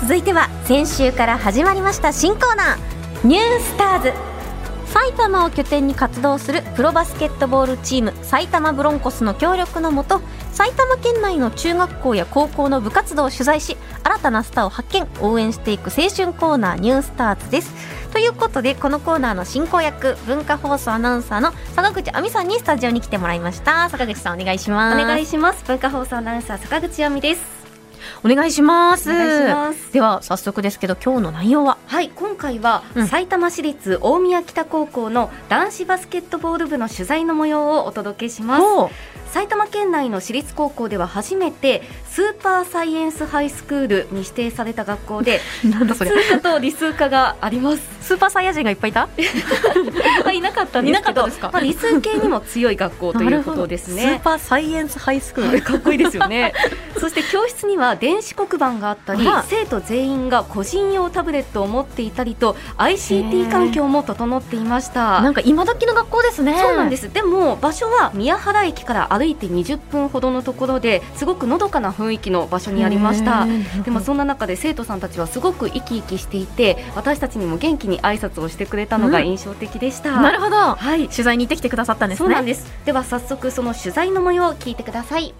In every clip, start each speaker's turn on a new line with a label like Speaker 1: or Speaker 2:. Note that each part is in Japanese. Speaker 1: 続いては先週から始まりました新コーナー「ニュースターズ」埼玉を拠点に活動するプロバスケットボールチーム埼玉ブロンコスの協力のもと埼玉県内の中学校や高校の部活動を取材し新たなスターを発見応援していく青春コーナー「ニュースターズ」です。ということでこのコーナーの進行役文化放送アナウンサーの坂口亜美さんにスタジオに来てもらいました坂口さんお願いし
Speaker 2: お
Speaker 1: ます
Speaker 2: 願いします文化放送アナウンサー坂口亜美です
Speaker 1: お願いします
Speaker 2: お願いします
Speaker 1: では早速ですけど今日の内容は
Speaker 2: はい今回は、
Speaker 1: うん
Speaker 2: 埼玉市立大宮北高校の男子バスケットボール部の取材の模様をお届けします
Speaker 1: お
Speaker 2: 埼玉県内の私立高校では初めてスーパーサイエンスハイスクールに指定された学校 で
Speaker 1: なんだそ
Speaker 2: 数
Speaker 1: れ
Speaker 2: 科と理数科があります
Speaker 1: スーパーサイヤ人がいっぱいいた
Speaker 2: はいなかったんです
Speaker 1: いなか
Speaker 2: け
Speaker 1: った
Speaker 2: ど
Speaker 1: ですか
Speaker 2: まあ、理数系にも強い学校ということ です
Speaker 1: なるほどスー
Speaker 2: ね
Speaker 1: パーサイエンスハイスクール、
Speaker 2: かっこいいですよね そして教室には電子黒板があったり
Speaker 1: あら
Speaker 2: 生徒全員が個人用タブレットを持っていたりと
Speaker 1: へー
Speaker 2: ICT 環境も整っていました
Speaker 1: なんか今時の学校ですね
Speaker 2: そうなんですすでも場所は宮原駅から歩いて20分ほどのところですごくのどかな雰囲気の場所にありましたでもそんな中で生徒さんたちはすごく生き生きしていて私たちにも元気に挨拶をしてくれたのが
Speaker 1: うん
Speaker 2: 印象的でした、
Speaker 1: なるほど
Speaker 2: はい
Speaker 1: 取材に行ってきてくださったんですね
Speaker 2: そうなんですでは早速その取材の模様を聞いてください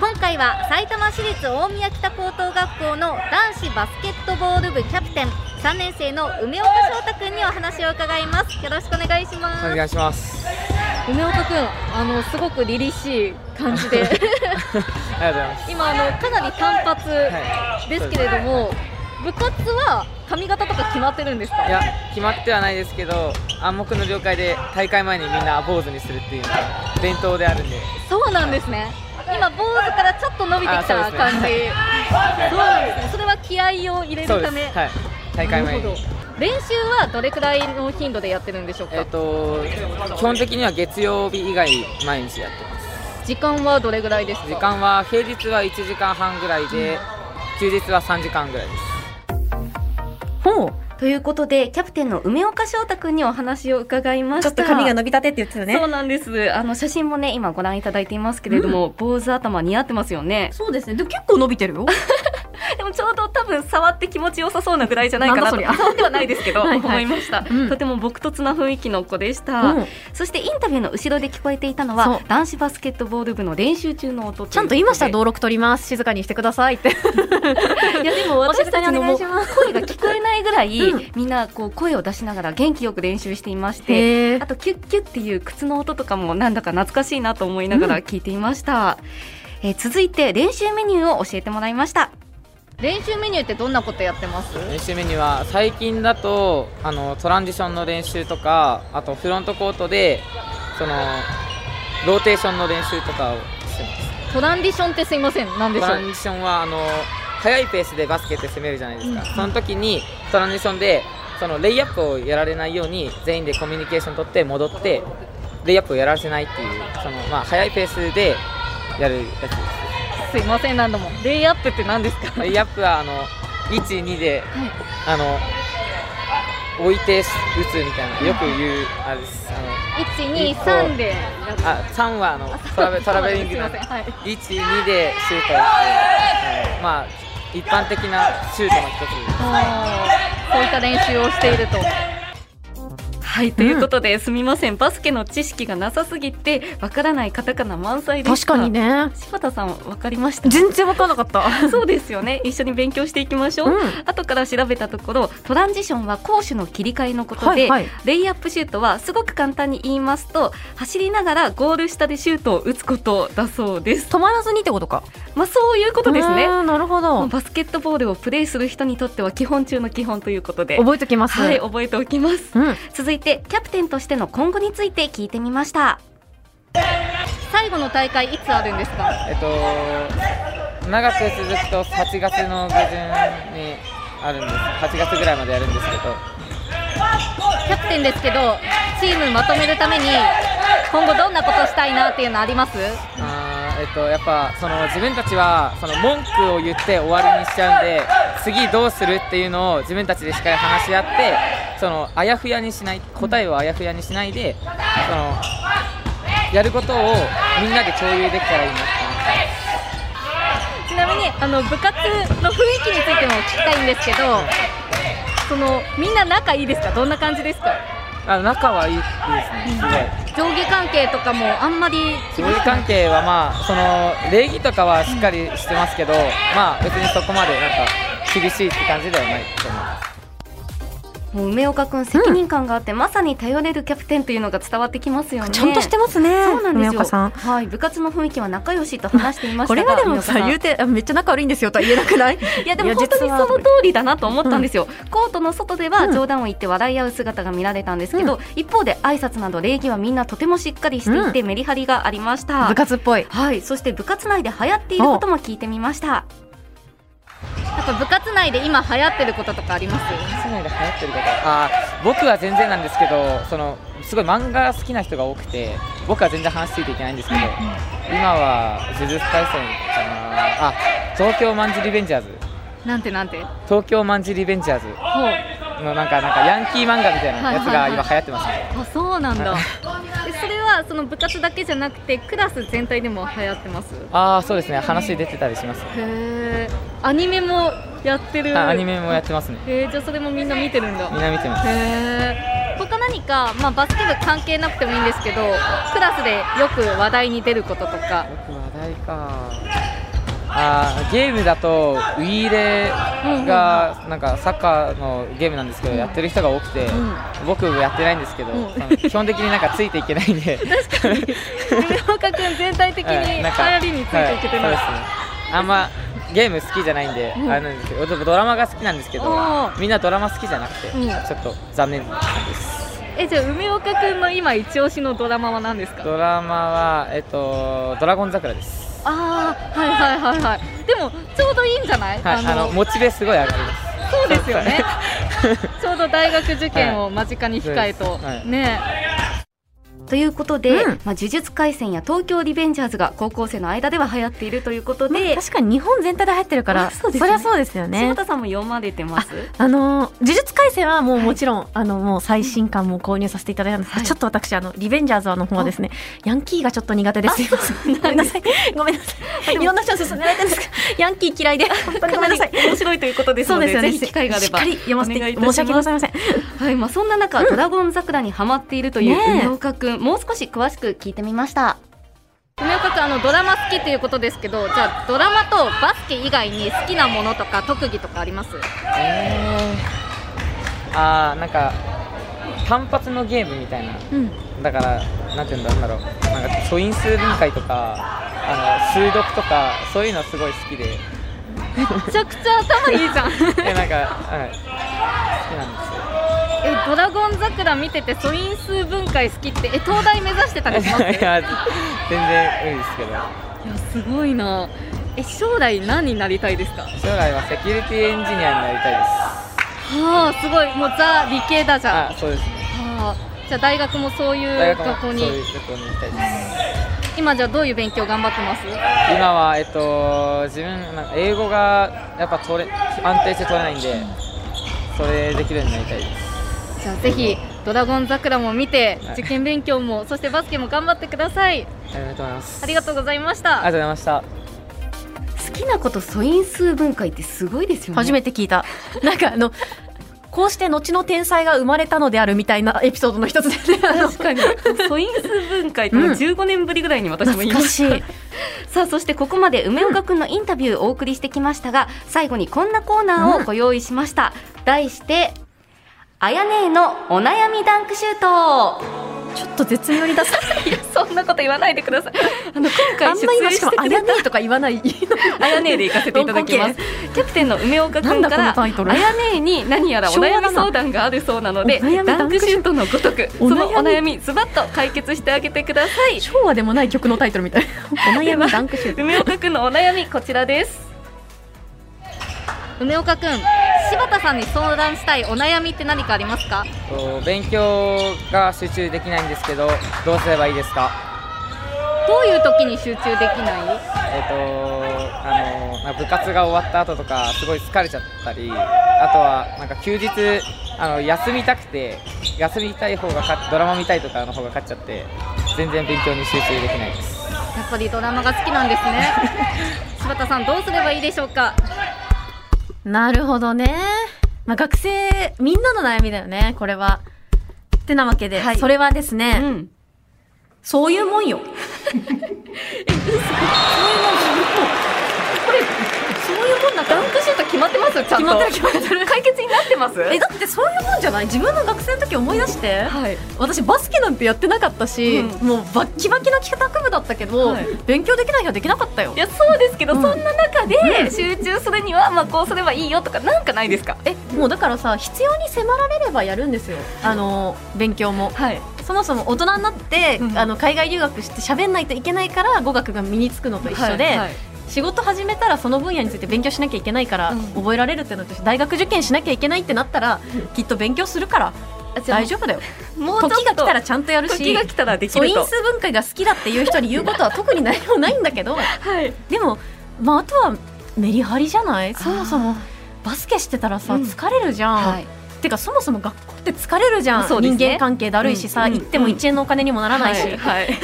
Speaker 3: 今回は埼玉市立大宮北高等学校の男子バスケットボール部キャプテン3年生の梅岡翔太くんにお話を伺いますよろしくお願いします
Speaker 4: お願いします。
Speaker 3: 梅岡くんあのすごく凛々しい感じで
Speaker 4: ありがとうございます。
Speaker 3: 今あのかなり単発
Speaker 4: はい。
Speaker 3: ですけれども部活は髪型とか決まってるんですか
Speaker 4: いや、決まってはないですけど、暗黙の了解で大会前にみんな坊主にするっていうのが伝統であるんで。
Speaker 3: そうなんですね今坊主からちょっと伸びてきた
Speaker 4: あそうですね
Speaker 3: 感じそう,、なんですねそれは気合を入れる
Speaker 4: そうで
Speaker 3: た
Speaker 4: す。
Speaker 3: め
Speaker 4: はい。大会前
Speaker 3: なる
Speaker 4: に
Speaker 3: ほ。ど練習はどれくらいの頻度でやってるんでしょうか、
Speaker 4: えっと、基本的には月曜日以外毎日やってます。
Speaker 3: 時間はどれぐらいですか
Speaker 4: 時間は平日は1時間半ぐらいで、休日は3時間ぐらいです。
Speaker 1: ほう
Speaker 2: ということでキャプテンの梅岡翔太くんにお話を伺いました
Speaker 1: 伸びたてって言ってた
Speaker 2: そうなんですあの写真もね今ご覧いただいていますけれども、坊主頭似合ってますよね
Speaker 1: そうですねでも結構伸びてるよ
Speaker 2: でもちょうど多分触って気持ちよさそうなぐらいじゃないかなと
Speaker 1: なんだそりゃ
Speaker 2: 触ってはないですけど
Speaker 1: はいはい
Speaker 2: 思いました、
Speaker 1: うん
Speaker 2: とても朴突な雰囲気の子でした、
Speaker 1: うん
Speaker 2: そしてインタビューの後ろで聞こえていたの
Speaker 1: そう
Speaker 2: は男子バスケットボール部の練習中の音
Speaker 1: ちゃんと言いました
Speaker 2: どう
Speaker 1: 登録取ります静かにしてくださいって
Speaker 2: ことでいやでも私たちのもう
Speaker 1: ます
Speaker 2: 声が聞こえないぐらい、
Speaker 1: うん
Speaker 2: みんなこう声を出しながら元気よく練習していまして
Speaker 1: へえ
Speaker 2: あとキュッキュッっていう靴の音とかもなんだか懐かしいなと思いながら聞いていました、えー続いて練習メニューを教えてもらいました
Speaker 3: 練習メニューってどんなことやってます
Speaker 4: 練習メニューは最近だとあのトランジションの練習とかあとフロントコートでそのローテーションの練習とかをしてます
Speaker 3: トランディションってすいません何でし
Speaker 4: ト
Speaker 3: ょ
Speaker 4: ラン
Speaker 3: う
Speaker 4: ジションはあの速いペースでバスケって攻めるじゃないですか、その時にトランジションでそのレイアップをやられないように全員でコミュニケーション取って戻ってレイアップをやらせないっていうその、まあ、速いペースでやるやつで
Speaker 3: す
Speaker 4: す
Speaker 3: いません何度もレイアップって何ですか
Speaker 4: レイアップはあの12で、あの置いて打つみたいなよく言うあれです
Speaker 3: 123で
Speaker 4: あのあ3はあのトラベトラベリング
Speaker 3: な
Speaker 4: なんん
Speaker 3: で
Speaker 4: です
Speaker 3: いませんはい
Speaker 4: 12でシュートを打って、はいまあ一般的なシュートの一つです
Speaker 3: あーそういった練習をしていると
Speaker 2: はい、ということで、すみません、バスケの知識がなさすぎて、わからないカタカナ満載でし
Speaker 1: 確
Speaker 2: た。
Speaker 1: かに。ね
Speaker 2: 柴田さん、わかりました。
Speaker 1: 全然わかんなかった、
Speaker 2: そうですよね。一緒に勉強していきましょう。
Speaker 1: うん
Speaker 2: 後から調べたところ、トランジションは攻守の切り替えのことで、
Speaker 1: はいはい
Speaker 2: レイアップシュートはすごく簡単に言いますと、走りながらゴール下でシュートを打つことだそうです。
Speaker 1: 止まらずにってことか
Speaker 2: まあ、そういうことですね。
Speaker 1: うんなるほど
Speaker 2: バスケットボールをプレイする人にとっては基本中の基本ということで、
Speaker 1: 覚えときます、
Speaker 2: はい、覚えておきます。
Speaker 1: うん
Speaker 2: 続いてキャプテンとしての今後について聞いてみました
Speaker 3: 最後の大会いつあるんですか
Speaker 4: えっと長く続くと8月の下旬にあるんです8月ぐらいまでやるんですけど
Speaker 3: キャプテンですけどチームまとめるために今後どんなことしたいなっていうのあります
Speaker 4: あーえっと、やっぱその自分たちはその文句を言って終わりにしちゃうんで次どうするっていうのを自分たちでしっかり話し合ってそのあやふやにしない答えをあやふやにしないでそのやることをみんなで共有できたらいいなって思います
Speaker 3: ちなみに
Speaker 1: あの部活の雰囲気についても聞きたいんですけど、そのみんな仲いいですか、どんな感じですか、
Speaker 4: あ仲はいいですねすごい
Speaker 1: 上下関係とかもあんまり
Speaker 4: 上下関係はまあその礼儀とかはしっかりしてますけど、まあ別にそこまでなんか厳しいって感じではないと思います。
Speaker 2: もう梅岡君責任感があって、まさに頼れるキャプテンというのが伝わってきますよね。
Speaker 1: ますね、
Speaker 2: そうなんです
Speaker 1: 梅岡
Speaker 2: よ。
Speaker 1: さん。
Speaker 2: はい、部活の雰囲気は仲良しと話してい ました
Speaker 1: こ
Speaker 2: が、
Speaker 1: れはでもさ、
Speaker 2: 梅岡
Speaker 1: 言うて、あめっちゃ仲悪いんですよとは言えなくない
Speaker 2: いやで
Speaker 1: い
Speaker 2: も
Speaker 1: や
Speaker 2: 本当に
Speaker 1: 実
Speaker 2: そ
Speaker 1: は
Speaker 2: の通りだなと思ったんですよ、コートの外で
Speaker 1: う
Speaker 2: は
Speaker 1: ん
Speaker 2: 冗談を言って笑い合う姿が見られたんですけど、一方で挨拶など礼儀はみんなとてもしっかりしていて、メリハリがありま した
Speaker 1: 部活っぽい。
Speaker 2: はいそして部活内で流行っていることも聞いてみました
Speaker 3: なんか部活内で今流行ってることとかあります
Speaker 4: 室内で流行ってることあー僕は全然なんですけどそのすごい漫画好きな人が多くて僕は全然話ついていけないんですけど、今は「呪術廻戦」かなあ東京マンジリベンジャーズ
Speaker 3: なんてなんて
Speaker 4: 東京マンジリベンジャーズのなんかなんかヤンキー漫画みたいなやつが今流行ってますね、
Speaker 3: あそうなんだえそれはその部活だけじゃなくてクラス全体でも流行ってます
Speaker 4: ああそうですね話出てたりします
Speaker 3: へえアニメもやってる
Speaker 4: あアニメもやってますね
Speaker 3: へえじゃあそれもみんな見てるんだ
Speaker 4: みんな見てます
Speaker 3: へえ他何か、まあ、バスケ部関係なくてもいいんですけどクラスでよく話題に出ることとか
Speaker 4: よく話題かあーゲームだとウィーレがなんかサッカーのゲームなんですけどやってる人が多くて、僕やってないんですけど、その基本的になんかついていけない んで
Speaker 3: 梅岡君全体的に
Speaker 4: はい
Speaker 3: 流
Speaker 4: なんか
Speaker 3: 行りについていけてない、
Speaker 4: はいそうですねあんまゲーム好きじゃないんで、あれなんですけどでもドラマが好きなんですけど
Speaker 3: お
Speaker 4: みんなドラマ好きじゃなくて、
Speaker 3: うん
Speaker 4: ちょっと残念です
Speaker 3: えじゃあ梅岡君の今一押しのドラマは何ですか
Speaker 4: ドラマはえっと「ドラゴン桜」です
Speaker 3: ああはいはいはいはいでもちょうどいいんじゃない、
Speaker 4: はいあのモチベすごい上がります
Speaker 3: そうですよ ねちょうど大学受験を間近に控え
Speaker 4: は
Speaker 3: と、
Speaker 4: いはい
Speaker 3: ね
Speaker 2: ということで、
Speaker 1: うん
Speaker 2: まあ、呪術廻戦や東京リベンジャーズが高校生の間では流行っているということで、
Speaker 1: 確かに日本全体で入ってるから、
Speaker 2: あ
Speaker 1: そ
Speaker 2: そうですね
Speaker 1: りゃそうですよね
Speaker 2: 柴。田さんも読まれてます
Speaker 1: あのー呪術廻戦はもうもちろん、あのもう最新刊も購入させていただいたんですが、
Speaker 2: はい
Speaker 1: ちょっと私あのリベンジャーズはの方はですねヤンキーがちょっと苦手ですすいませんごめんなさいごめんなさいいろんな人に勧められてるんですけどヤンキー嫌いで本当にごめんなさい
Speaker 2: 面白いということです
Speaker 1: そ
Speaker 2: の
Speaker 1: う
Speaker 2: で
Speaker 1: ですよね
Speaker 2: ぜひ機会があれば
Speaker 1: しっかり読ませて
Speaker 2: お願いいたしま
Speaker 1: 申
Speaker 2: す
Speaker 1: し訳ございません
Speaker 2: はい、まあ、そんな中、ドラゴン桜にハマっているという
Speaker 1: ねえ
Speaker 2: 梅岡くん、もう少し詳しく聞いてみました。
Speaker 3: 梅岡君あのドラマ好きということですけどじゃあドラマとバスケ以外に好きなものとか特技とかあり ます
Speaker 4: えー、あーなんか単発のゲームみたいな、だからなんていうんだなんだろうなんか素因数分解とかあの数読とかそういうのすごい好きで
Speaker 3: めちゃくちゃ頭いいじゃん
Speaker 4: えなんか、 はい、好きなんですよ
Speaker 3: えドラゴン桜見てて素因数分解好きってえ東大目指してたりします
Speaker 4: いや 全然いいですけど
Speaker 3: いやすごいなえ将来何になりたいですか
Speaker 4: 将来はセキュリティエンジニアになりたいです
Speaker 3: はあすごいもうザ理系だじゃん
Speaker 4: あそうですね
Speaker 3: はあじゃあ大学もそうい
Speaker 4: 大
Speaker 3: う
Speaker 4: 学も
Speaker 3: 学
Speaker 4: そ
Speaker 3: 校
Speaker 4: う
Speaker 3: に
Speaker 4: いう学校に行きたいです
Speaker 3: 今じゃあどういう勉強頑張ってます
Speaker 4: 今はえっと自分なんか英語がやっぱ取れ安定して取れないんでそれできるようになりたいです
Speaker 3: じゃあぜひドラゴン桜も見て
Speaker 4: はい
Speaker 3: 受験勉強もそしてバスケも頑張ってください
Speaker 4: ありがとうございます
Speaker 3: ありがとうございまし
Speaker 4: あ
Speaker 3: た
Speaker 4: りがとうございました
Speaker 2: 好きなこと素因数分解ってすごいですよね。
Speaker 1: 初めて聞いたなんかあのこうして後の天才が生まれたのであるみたいなエピソードの一つで、ね、あの
Speaker 2: 確かに 素因数分解ってもう15年ぶりぐらいに私も言い
Speaker 1: 懐
Speaker 2: ま
Speaker 1: か
Speaker 2: し
Speaker 1: しい
Speaker 2: た、さあそしてここまで梅岡くんのインタビューをお送りしてきましたが最後にこんなコーナーをご用意しました、題してあやねえのお悩みダンクシュート
Speaker 1: ちょっと絶妙にダサい
Speaker 2: いやそんなこと言わないでください あの
Speaker 1: あ
Speaker 2: 今回
Speaker 1: ん
Speaker 2: 出
Speaker 1: ま今
Speaker 2: 演
Speaker 1: し
Speaker 2: して
Speaker 1: か
Speaker 2: く
Speaker 1: もあ
Speaker 2: れた
Speaker 1: やねえとか言わない
Speaker 2: あやねえで行かせていただきます。キャプテンの梅岡君
Speaker 1: なんだこ
Speaker 2: か
Speaker 1: の
Speaker 2: ら、
Speaker 1: タ
Speaker 2: あ
Speaker 1: イトル
Speaker 2: やねえに何やらお
Speaker 1: 昭
Speaker 2: 悩
Speaker 1: 和だ
Speaker 2: み
Speaker 1: な
Speaker 2: 相談があるそうなので、
Speaker 1: お悩み
Speaker 2: ダンクシュートのごとく、そ
Speaker 1: お悩み
Speaker 2: のお悩み、ズバッと解決してあげてください。
Speaker 1: 昭和でもない曲のタイトルみたいなお悩みダンクシュート
Speaker 2: 梅岡君のお悩み、こちらです。
Speaker 3: 梅岡くん柴田さんに相談したいお悩みって何かありますか
Speaker 4: と勉強が集中できないんですけどどうすればいいですか
Speaker 3: どういう時に集中できない
Speaker 4: えっ、とあのなんか部活が終わった後とかすごい疲れちゃったりあとはなんか休日あの休みたくて休みたい方がかドラマ見たいとかの方が勝っちゃって全然勉強に集中できないです
Speaker 3: だぱりドラマが好きなんです ね柴田さんどうすればいいでしょうか
Speaker 1: なるほどね。まあ、学生、みんなの悩みだよね、これは。ってなわけで、
Speaker 2: はい
Speaker 1: それはですね、
Speaker 2: うん
Speaker 1: そういうもんよ。
Speaker 2: そういうもんなんかダンクシュート決まってますちゃんと
Speaker 1: 決まってる決まってる。
Speaker 2: 解決になってます
Speaker 1: え、だってそういうもんじゃない自分の学生の時思い出して。
Speaker 2: はい
Speaker 1: 私バスケなんてやってなかったし、
Speaker 2: う
Speaker 1: もうバッキバキの帰宅部だったけど、
Speaker 2: はい
Speaker 1: 勉強できない日はできなかったよ
Speaker 2: いやそうですけど、
Speaker 1: うん
Speaker 2: そんな中で集中するには、まあ、こうすればいいよとかなんかないですか
Speaker 1: えもうだからさ必要に迫られればやるんですよあの勉強も
Speaker 2: はい
Speaker 1: そもそも大人になって、
Speaker 2: うん
Speaker 1: あの海外留学して喋んないといけないから語学が身につくのと一緒で、
Speaker 2: はいはい
Speaker 1: 仕事始めたらその分野について勉強しなきゃいけないから、
Speaker 2: うん
Speaker 1: 覚えられるってのと大学受験しなきゃいけないってなったら、きっと勉強するから
Speaker 2: じゃあ
Speaker 1: 大丈夫だよ
Speaker 2: もうちょっと
Speaker 1: 時が来たらちゃんとやる
Speaker 2: 時
Speaker 1: し
Speaker 2: が来たらでき
Speaker 1: 素
Speaker 2: る
Speaker 1: 因
Speaker 2: と
Speaker 1: 数分解が好きだっていう人に言うことは特に何もない んだけど
Speaker 2: はい
Speaker 1: でも、まあ、あとはメリハリじゃないそもそも
Speaker 2: あ
Speaker 1: バスケしてたらさ
Speaker 2: うん
Speaker 1: 疲れるじゃん、
Speaker 2: はい
Speaker 1: てかそもそも学校って疲れるじゃん、
Speaker 2: そうですね
Speaker 1: 人間関係だるいしさ、
Speaker 2: うん
Speaker 1: 行っても1円のお金にもならないし、
Speaker 2: はいはい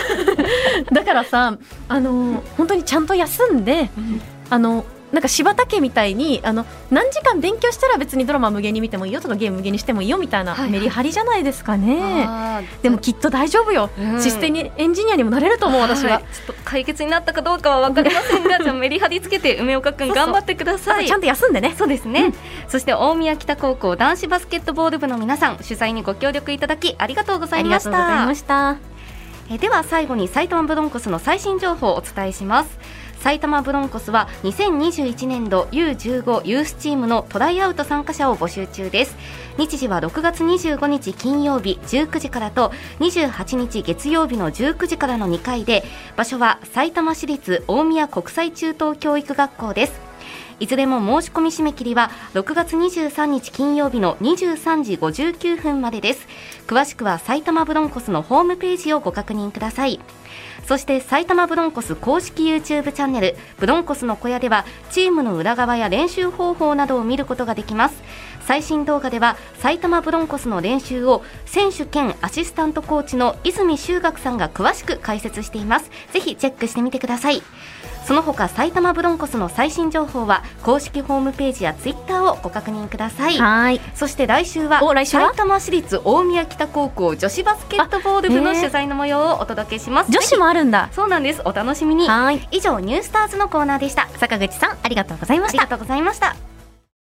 Speaker 1: だからさあのー本当にちゃんと休んであのなんか柴田家みたいにあの何時間勉強したら別にドラマ無限に見てもいいよとかゲーム無限にしてもいいよみたいな
Speaker 2: はいはい
Speaker 1: メリハリじゃないですかね、
Speaker 2: あー
Speaker 1: でもきっと大丈夫よ、
Speaker 2: うん
Speaker 1: システムエンジニアにもなれると思う私は、
Speaker 2: いちょっと解決になったかどうかは分かりませ んがじゃあメリハリつけて梅岡くん頑張ってください
Speaker 1: ちゃんと休んでね
Speaker 2: そうですね、そして大宮北高校男子バスケットボール部の皆さん取材にご協力いただきありがとうござ
Speaker 1: あ
Speaker 2: い
Speaker 1: り
Speaker 2: ま
Speaker 1: が
Speaker 2: し
Speaker 1: とうござい
Speaker 2: た
Speaker 1: ました
Speaker 2: えーでは最後に埼玉ブロンコスの最新情報をお伝えします埼玉ブロンコスは2021年度 U15 ユースチームのトライアウト参加者を募集中です日時は6月25日金曜日19時からと28日月曜日の19時からの2回で場所は埼玉市立大宮国際中等教育学校ですいずれも申し込み締め切りは6月23日金曜日の23時59分までです。詳しくは埼玉ブロンコスのホームページをご確認ください。そして埼玉ブロンコス公式 YouTube チャンネルブロンコスの小屋ではチームの裏側や練習方法などを見ることができます最新動画では埼玉ブロンコスの練習を選手兼アシスタントコーチの泉修学さんが詳しく解説していますぜひチェックしてみてくださいその他埼玉ブロンコスの最新情報は公式ホームページや Twitter をご確認ください
Speaker 1: はい
Speaker 2: そして来週は
Speaker 1: お来週は
Speaker 2: 埼玉市立大宮北高校女子バスケットボール部の取材の模様をお届けします、
Speaker 1: 女子もあるんだ
Speaker 2: そうなんです。お楽しみに。
Speaker 1: はい
Speaker 2: 以上、ニュースターズのコーナーでした。坂口さん、ありがとうございま
Speaker 1: した
Speaker 2: ありがとうございました。